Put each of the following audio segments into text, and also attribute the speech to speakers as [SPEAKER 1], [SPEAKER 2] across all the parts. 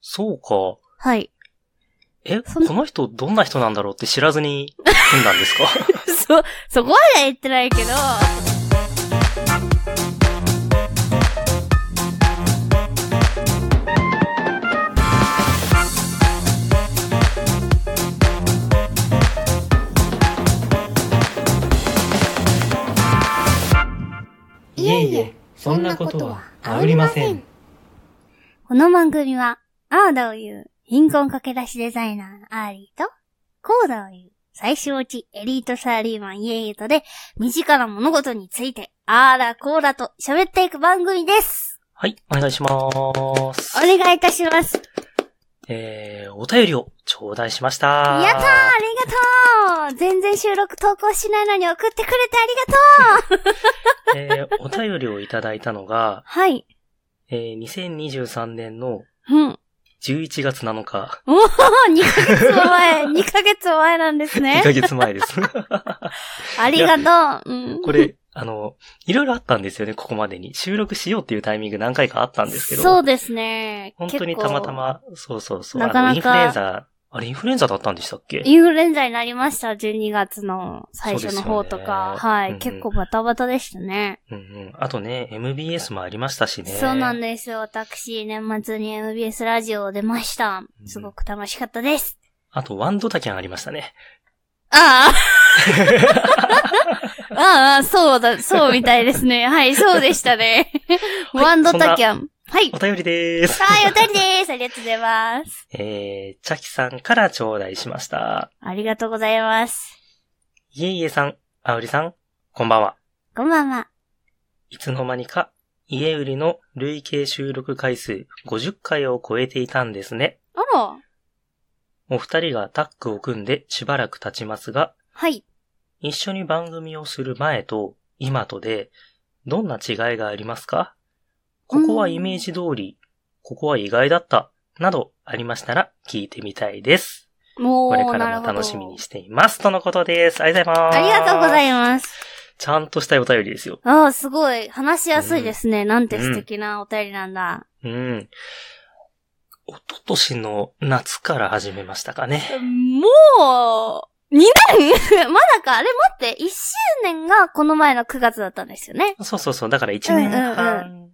[SPEAKER 1] そうか。
[SPEAKER 2] はい。
[SPEAKER 1] え、
[SPEAKER 2] そ
[SPEAKER 1] こ
[SPEAKER 2] ん
[SPEAKER 1] の人どんな人なんだろうって知らずに組んだん ですか
[SPEAKER 2] そ、そこまでは言ってないけど。
[SPEAKER 3] いえいえ、そんなことはありません。
[SPEAKER 2] この番組は、アーダを言う、貧困駆け出しデザイナーのアーリーと、コーダを言う、最終落ちエリートサラリーマンイエイトで、身近な物事について、あーだこーだと喋っていく番組です。
[SPEAKER 1] はい、お願いします
[SPEAKER 2] お。願いいたします。
[SPEAKER 1] えー、お便りを頂戴しました。
[SPEAKER 2] やったーありがとう全然収録投稿しないのに送ってくれてありがと
[SPEAKER 1] え
[SPEAKER 2] う
[SPEAKER 1] ー、お便りをいただいたのが、
[SPEAKER 2] はい。
[SPEAKER 1] えー、2023年の
[SPEAKER 2] うん。
[SPEAKER 1] 11月7日、
[SPEAKER 2] おー、2ヶ月も前、2ヶ月も前なんです
[SPEAKER 1] 2
[SPEAKER 2] ね
[SPEAKER 1] ヶ。月前です。
[SPEAKER 2] ありがとう。うん、
[SPEAKER 1] これ、あの、いろいろあったんですよね、ここまでに。収録しようっていうタイミング何回かあったんですけど。
[SPEAKER 2] そうですね。
[SPEAKER 1] 本当に
[SPEAKER 2] 結
[SPEAKER 1] た
[SPEAKER 2] 構
[SPEAKER 1] また。ま、そうそうそう。
[SPEAKER 2] なかな
[SPEAKER 1] あ
[SPEAKER 2] か
[SPEAKER 1] の、インフルエンザ、あれインフルエンザだったんでしたっけ
[SPEAKER 2] インフルエンザになりました、12月の最初の方
[SPEAKER 1] そ
[SPEAKER 2] とか。
[SPEAKER 1] うですよね
[SPEAKER 2] はい、
[SPEAKER 1] うんうん
[SPEAKER 2] 結構バタバタでしたね。
[SPEAKER 1] うんうん。あとね、MBS もありましたしね。
[SPEAKER 2] そうなんですよ。私、年末に MBS ラジオを出ました。
[SPEAKER 1] うん
[SPEAKER 2] すごく楽しかったです。
[SPEAKER 1] あと、ワンドタキャンありましたね。
[SPEAKER 2] あ あああ、そうだ、そうみたいですね。はい、そうでしたね。
[SPEAKER 1] はい
[SPEAKER 2] ワンドタキャン。はい。
[SPEAKER 1] お
[SPEAKER 2] は
[SPEAKER 1] 便りでーす。
[SPEAKER 2] い、お便りです。ありがとうございます。
[SPEAKER 1] えー、チャキさんから頂戴しました。
[SPEAKER 2] ありがとうございます。
[SPEAKER 1] いえいえさん、あうりさん、こんばんは。
[SPEAKER 2] こんばんは。
[SPEAKER 1] いつの間にか、家売りの累計収録回数50回を超えていたんですね。
[SPEAKER 2] あら。
[SPEAKER 1] お二人がタッグを組んでしばらく経ちますが、
[SPEAKER 2] はい。
[SPEAKER 1] 一緒に番組をする前と今とで、どんな違いがありますかここはイメージ通り、ここは意外だった、などありましたら聞いてみたいです。
[SPEAKER 2] もう、
[SPEAKER 1] これか
[SPEAKER 2] なる
[SPEAKER 1] ら
[SPEAKER 2] ほ
[SPEAKER 1] も
[SPEAKER 2] ど
[SPEAKER 1] 楽しみにしています。とのことです。ありがとうございます。
[SPEAKER 2] ありがとうご
[SPEAKER 1] ま
[SPEAKER 2] ざ
[SPEAKER 1] す。
[SPEAKER 2] います。
[SPEAKER 1] ちゃんとしたお便りですよ。
[SPEAKER 2] ああ、すごい。話しやすいですね。なんて素敵なお便りなんだ。
[SPEAKER 1] うん。おととしの夏から始めましたかね。
[SPEAKER 2] もう、2年 まだか。あれ待って、1周年がこの前の9月だったんですよね。
[SPEAKER 1] そうそうそう。だから1年
[SPEAKER 2] う
[SPEAKER 1] 半、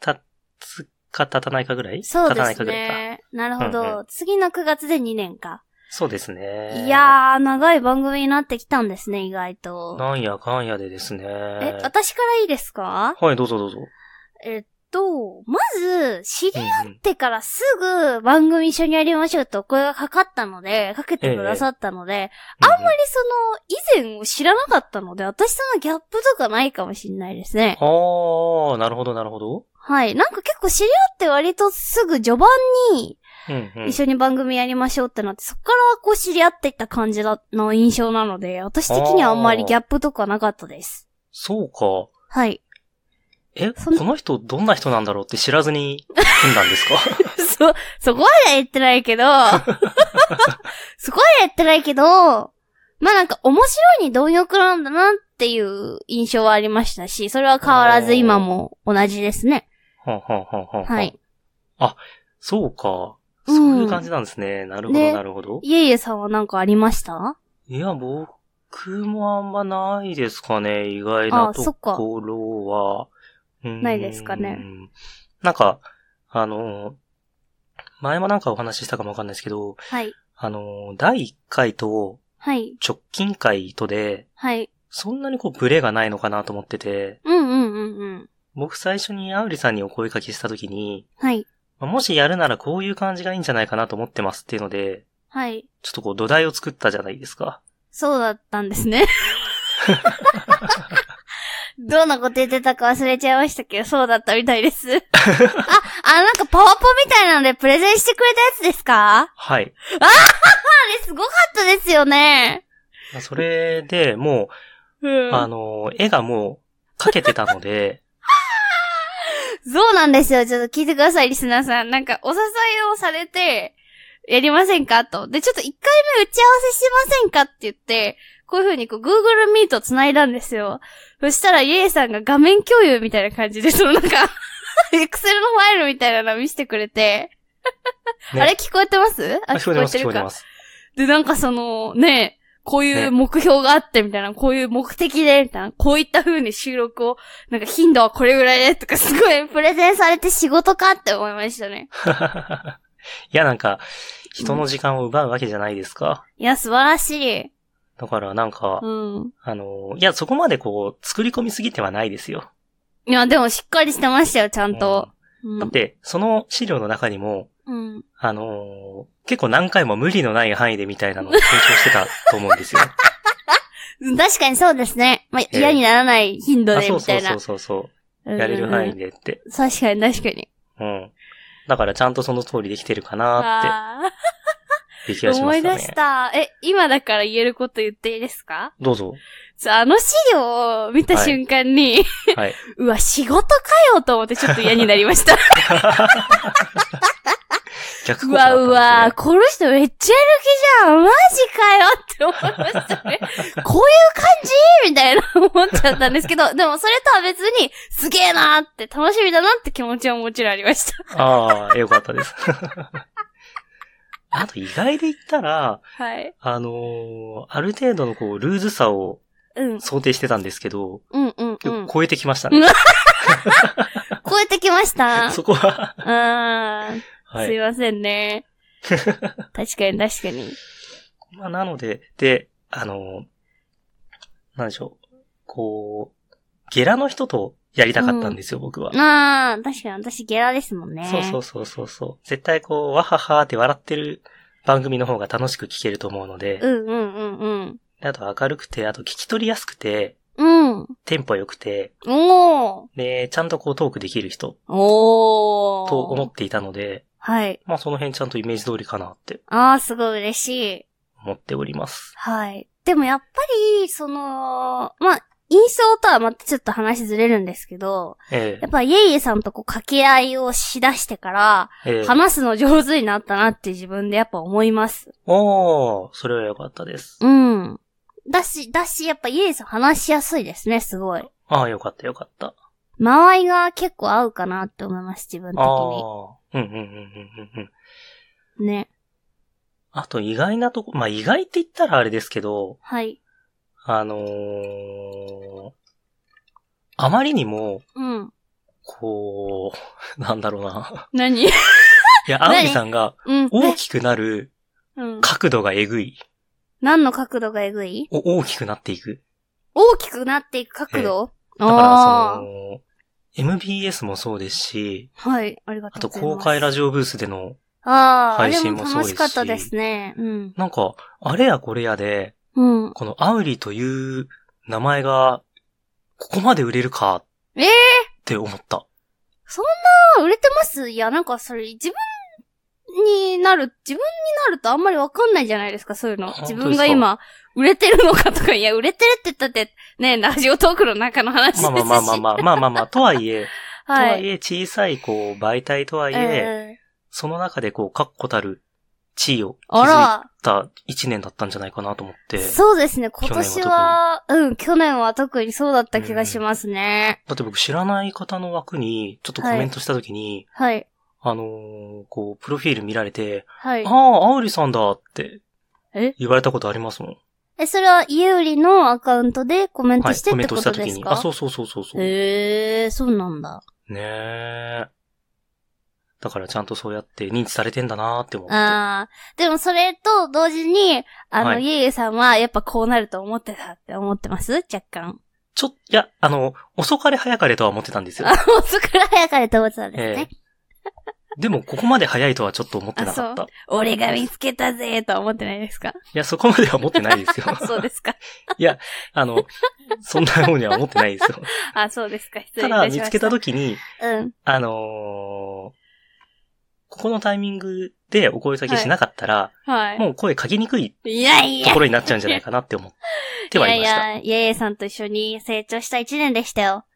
[SPEAKER 1] 経つか経たないかぐらい
[SPEAKER 2] そ
[SPEAKER 1] 経
[SPEAKER 2] う
[SPEAKER 1] た
[SPEAKER 2] で
[SPEAKER 1] ない
[SPEAKER 2] す
[SPEAKER 1] かぐらいか。
[SPEAKER 2] ね。なるほど。
[SPEAKER 1] うん
[SPEAKER 2] 次の9月で2年か。
[SPEAKER 1] そうですね。
[SPEAKER 2] いやー、長い番組になってきたんですね、意外と。
[SPEAKER 1] なんやかんやでですね。
[SPEAKER 2] え、私からいいですか
[SPEAKER 1] はい、どうぞどうぞ。
[SPEAKER 2] えっと、まず、知り合い
[SPEAKER 1] うんうん
[SPEAKER 2] ってからすぐ番組一緒にやりましょうとお声がかかったので、かけてくださったので、あんまりその以前を知らなかったので、私とのギャップとかないかもしれないですね。
[SPEAKER 1] ああ、なるほど、なるほど。
[SPEAKER 2] はい。なんか結構知り合って割とすぐ序盤に
[SPEAKER 1] うんうん。
[SPEAKER 2] 一緒に番組やりましょうってなって、そっからこう知り合っていった感じだの印象なので、私的にはあんまりギャップとかなかったです。
[SPEAKER 1] そうか。
[SPEAKER 2] はい。
[SPEAKER 1] え、
[SPEAKER 2] そ
[SPEAKER 1] こ
[SPEAKER 2] ん
[SPEAKER 1] の人どんな人なんだろうって知らずに組んだん ですか
[SPEAKER 2] そ、そこまでは言ってないけど、 そこまでは言ってないけど、まあなんか面白いに貪欲なんだなっていう印象はありましたし、それは変わらず今も同じですね。
[SPEAKER 1] はんはんはんはんはん
[SPEAKER 2] はい。。
[SPEAKER 1] そうか。
[SPEAKER 2] うん
[SPEAKER 1] そういう感じなんですね。なるほど、
[SPEAKER 2] ね
[SPEAKER 1] なるほど。
[SPEAKER 2] いえいえさんはなんかありました
[SPEAKER 1] いや、僕もあんまないですかね。意外
[SPEAKER 2] あ
[SPEAKER 1] な
[SPEAKER 2] そ
[SPEAKER 1] と
[SPEAKER 2] っか
[SPEAKER 1] ころは。うん
[SPEAKER 2] ないですかね。
[SPEAKER 1] なんか、あの、前もなんかお話ししたかもわかんないですけど、
[SPEAKER 2] はい。
[SPEAKER 1] あの、第1回と
[SPEAKER 2] はい。
[SPEAKER 1] 直近回とで、
[SPEAKER 2] はい。
[SPEAKER 1] そんなにこうブレがないのかなと思ってて、
[SPEAKER 2] うんうんうんうん。
[SPEAKER 1] 僕最初にアウリさんにお声掛けした時に、
[SPEAKER 2] はい。
[SPEAKER 1] まあもしやるならこういう感じがいいんじゃないかなと思ってますっていうので、
[SPEAKER 2] はい。
[SPEAKER 1] ちょっとこう土台を作ったじゃないですか。
[SPEAKER 2] そうだったんですね。 どんなこと言ってたか忘れちゃいましたけど、そうだったみたいです。あ、あ、なんかパワポみたいなのでプレゼンしてくれたやつですかあ
[SPEAKER 1] はい。
[SPEAKER 2] れすごかったですよね。
[SPEAKER 1] まあそれでも
[SPEAKER 2] う
[SPEAKER 1] う、
[SPEAKER 2] ん。
[SPEAKER 1] あの、絵がもう描けてたので、
[SPEAKER 2] そうなんですよ。ちょっと聞いてください、リスナーさん。なんか、お誘いをされて、やりませんかと。で、ちょっと一回目打ち合わせしませんかって言って、こういう風にこう Google Meet を繋いだんですよ。そしたら、イエイさんが画面共有みたいな感じで、そのなんか、Excel のファイルみたいなの見せてくれて、
[SPEAKER 1] ね
[SPEAKER 2] あれ聞こえてます あ、
[SPEAKER 1] あ聞こえてます、聞
[SPEAKER 2] る
[SPEAKER 1] こえて
[SPEAKER 2] か
[SPEAKER 1] ます。
[SPEAKER 2] で、なんかその、ね、こういう
[SPEAKER 1] ね
[SPEAKER 2] 目標があって、みたいな、こういう目的で、みたいな、こういった風に収録を、なんか頻度はこれぐらいで、とか、すごい プレゼンされて仕事かって思いましたね。
[SPEAKER 1] いや、なんか、人の時間を奪うわけじゃないですか。
[SPEAKER 2] いや、素晴らしい。
[SPEAKER 1] だから、なんか、
[SPEAKER 2] うん。
[SPEAKER 1] あの、いや、そこまでこう、作り込みすぎてはないですよ。
[SPEAKER 2] いや、でもしっかりしてましたよ、ちゃんと。
[SPEAKER 1] うん
[SPEAKER 2] う
[SPEAKER 1] だっ
[SPEAKER 2] ん。
[SPEAKER 1] て、その資料の中にも、
[SPEAKER 2] うん。
[SPEAKER 1] あのー結構何回も無理のない範囲でみたいなのを提唱してたと思うんです よ。
[SPEAKER 2] 確かにそうですね。まあ、
[SPEAKER 1] え
[SPEAKER 2] 嫌にならない頻度
[SPEAKER 1] あ
[SPEAKER 2] で、
[SPEAKER 1] そう
[SPEAKER 2] みた
[SPEAKER 1] そう
[SPEAKER 2] い
[SPEAKER 1] そ
[SPEAKER 2] な
[SPEAKER 1] う。そうそ
[SPEAKER 2] や
[SPEAKER 1] う。やれる範囲でって。
[SPEAKER 2] 確かに、確かに。
[SPEAKER 1] うん。だからちゃんとその通りできてるかなっ
[SPEAKER 2] あ
[SPEAKER 1] て、いう気
[SPEAKER 2] ー
[SPEAKER 1] がしま
[SPEAKER 2] 思
[SPEAKER 1] し
[SPEAKER 2] い
[SPEAKER 1] た
[SPEAKER 2] 出し
[SPEAKER 1] ね。
[SPEAKER 2] た。え、今だから言えること言っていいですか
[SPEAKER 1] どうぞ。
[SPEAKER 2] そうあの資料を見た
[SPEAKER 1] はい
[SPEAKER 2] 瞬間に、
[SPEAKER 1] はい。
[SPEAKER 2] うわ、仕事かよと思ってちょっと嫌になりま した。
[SPEAKER 1] 逆効果だったんですね
[SPEAKER 2] うわうわ、この人めっちゃやる気じゃんマジかよって思いました ね。こういう感じみたいな思っちゃったんですけど、でもそれとは別に、すげえなーって楽しみだなって気持ちはもちろんありました。
[SPEAKER 1] ああ、よかったです。 あと意外で言ったら、
[SPEAKER 2] はい。
[SPEAKER 1] あのーある程度のこう、ルーズさを
[SPEAKER 2] うん。
[SPEAKER 1] 想定してたんですけど、
[SPEAKER 2] うんうんうん。
[SPEAKER 1] 超えてきましたね。
[SPEAKER 2] 超えてきま した。
[SPEAKER 1] そこは。
[SPEAKER 2] うーん。
[SPEAKER 1] は
[SPEAKER 2] すい
[SPEAKER 1] い。
[SPEAKER 2] ません ね。確かに確かに。
[SPEAKER 1] まあ、なので、で、あの、なんでしょう。こう、ゲラの人とやりたかったんですよ、僕は。
[SPEAKER 2] あー、確かに私ゲラですもんね。
[SPEAKER 1] そうそうそうそうそう。絶対こう、わははーって笑ってる番組の方が楽しく聞けると思うので、
[SPEAKER 2] うんうんうん
[SPEAKER 1] であと明るくて、あと聞き取りやすくて、
[SPEAKER 2] うん。うん。
[SPEAKER 1] テンポ良くて、
[SPEAKER 2] おー。
[SPEAKER 1] で、ちゃんとこうトークできる人
[SPEAKER 2] おー。
[SPEAKER 1] と思っていたので、
[SPEAKER 2] はい。
[SPEAKER 1] まあその辺ちゃんとイメージ通りかなって
[SPEAKER 2] ああ、すごい嬉しい。
[SPEAKER 1] 思っております。
[SPEAKER 2] はい。でもやっぱり、その、まあ、印象とはまたちょっと話ずれるんですけど、
[SPEAKER 1] え
[SPEAKER 2] やっぱイエイエさんとこう掛け合いをしだしてから、
[SPEAKER 1] え。ええ。
[SPEAKER 2] 話すの上手になったなって自分でやっぱ思います。
[SPEAKER 1] おー、それは良かったです。
[SPEAKER 2] うん。だし、だし、やっぱイエイエさん話しやすいですね、すごい。
[SPEAKER 1] ああ、よかったよかった。
[SPEAKER 2] 間合いが結構合うかなって思います、自分
[SPEAKER 1] ああ
[SPEAKER 2] 的
[SPEAKER 1] ー、うんうんうんうんうんうん。
[SPEAKER 2] に。ね。
[SPEAKER 1] あと意外なとこ、まあ意外って言ったらあれですけど、
[SPEAKER 2] はい。
[SPEAKER 1] あのー、あまりにも、
[SPEAKER 2] うん。
[SPEAKER 1] こう、 なんだろうな。
[SPEAKER 2] 何
[SPEAKER 1] いや、あん
[SPEAKER 2] 何
[SPEAKER 1] りさんが
[SPEAKER 2] うん。
[SPEAKER 1] 大きくなる
[SPEAKER 2] うん。
[SPEAKER 1] 角度がえぐい。
[SPEAKER 2] 何の角度がえぐい
[SPEAKER 1] お大きくなっていく。
[SPEAKER 2] 大きくなっていく角度、
[SPEAKER 1] だから、その、MBS もそうですし、
[SPEAKER 2] あーはい、ありが
[SPEAKER 1] あと
[SPEAKER 2] とうございます。
[SPEAKER 1] 公開ラジオブースでの、
[SPEAKER 2] ああ、あ
[SPEAKER 1] 配
[SPEAKER 2] れ
[SPEAKER 1] 信
[SPEAKER 2] も
[SPEAKER 1] もそうで
[SPEAKER 2] 楽
[SPEAKER 1] す
[SPEAKER 2] し
[SPEAKER 1] し
[SPEAKER 2] かったですね。うん。
[SPEAKER 1] なんか、あれやこれやで、
[SPEAKER 2] うん。
[SPEAKER 1] このアウリという名前が、ここまで売れるか、
[SPEAKER 2] ええ
[SPEAKER 1] って思った。
[SPEAKER 2] あ、売れてますいや、なんかそれ、自分になる、自分になるとあんまりわかんないじゃないですか、そういうの。
[SPEAKER 1] 本当で
[SPEAKER 2] 自
[SPEAKER 1] すか
[SPEAKER 2] 分が今、売れてるのかとか、いや、売れてるって言ったって、ね、ラジオトークの中の話ですし。
[SPEAKER 1] まあまあまあまあま あ、まあまあまあ、とはいえ、と
[SPEAKER 2] は
[SPEAKER 1] はい
[SPEAKER 2] い。
[SPEAKER 1] え、小さい、こう、媒体とはいえ、
[SPEAKER 2] え
[SPEAKER 1] その中で、こう、確固たる地位を
[SPEAKER 2] ーあ
[SPEAKER 1] 築い
[SPEAKER 2] ら、
[SPEAKER 1] た一年だったんじゃないかなと思って。だ
[SPEAKER 2] そうですね、今年は、うん、去年は特にそうだった気がしますね。
[SPEAKER 1] って僕、知らない方の枠に、ちょっとコメントした時に、
[SPEAKER 2] はい、
[SPEAKER 1] あのーこう、プロフィール見られて、
[SPEAKER 2] はい。
[SPEAKER 1] ああ、アウリさんだって
[SPEAKER 2] え、
[SPEAKER 1] 言われたことありますもん。
[SPEAKER 2] え、それは、家売りのアカウントでコメント
[SPEAKER 1] はい、
[SPEAKER 2] して
[SPEAKER 1] コ
[SPEAKER 2] っ
[SPEAKER 1] メン
[SPEAKER 2] て
[SPEAKER 1] ト
[SPEAKER 2] こ
[SPEAKER 1] した
[SPEAKER 2] と
[SPEAKER 1] 時
[SPEAKER 2] です
[SPEAKER 1] に。
[SPEAKER 2] か、
[SPEAKER 1] あ、そうそうそうそうそう。ね
[SPEAKER 2] へえ、そうなんだ。
[SPEAKER 1] え。だからちゃんとそうやって認知されてんだなーって思って。
[SPEAKER 2] ああ。でもそれと同時に、あの、
[SPEAKER 1] はい
[SPEAKER 2] イエイエさんはやっぱこうなると思ってたって思ってます若干。
[SPEAKER 1] ちょ、いや、あの、遅かれ早かれとは思ってたんですよ
[SPEAKER 2] あ。、遅くらい早かれと思ってたんですね。
[SPEAKER 1] でも、ここまで早いとはちょっと思ってなかった。
[SPEAKER 2] あ
[SPEAKER 1] い
[SPEAKER 2] 俺が見つけたぜーとは思ってないですか
[SPEAKER 1] や、そこまでは思ってない ですよ。
[SPEAKER 2] そうですか。
[SPEAKER 1] あの、そんなふうには思ってない ですよ。
[SPEAKER 2] あ、そうですか。失礼
[SPEAKER 1] た
[SPEAKER 2] いたし
[SPEAKER 1] だ、
[SPEAKER 2] ました。
[SPEAKER 1] 見つけた時に、
[SPEAKER 2] うん。
[SPEAKER 1] あのーここのタイミングでお声かけしなかったら、
[SPEAKER 2] はい。
[SPEAKER 1] もう声かけにくい
[SPEAKER 2] いやい
[SPEAKER 1] と
[SPEAKER 2] や。
[SPEAKER 1] ころになっちゃうんじゃないかなって思ってはいました。い
[SPEAKER 2] いやいや、イエイエさんと一緒に成長した一年でしたよ。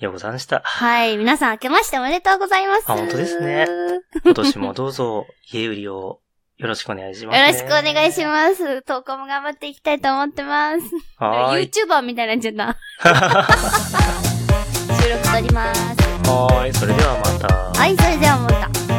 [SPEAKER 1] や、ござんした。
[SPEAKER 2] はい。皆さん明けましておめでとうございます。
[SPEAKER 1] あ本当ですね今年もどうぞ、家売りをよろしくお願いします、
[SPEAKER 2] よろしくお願いし
[SPEAKER 1] す。
[SPEAKER 2] ます。投稿も頑張っていきたいと思ってます。
[SPEAKER 1] はーい。
[SPEAKER 2] YouTuber みたいなんじゃな。
[SPEAKER 1] は
[SPEAKER 2] 収録撮ります。
[SPEAKER 1] ーい。それではまた。
[SPEAKER 2] はい、それではまた。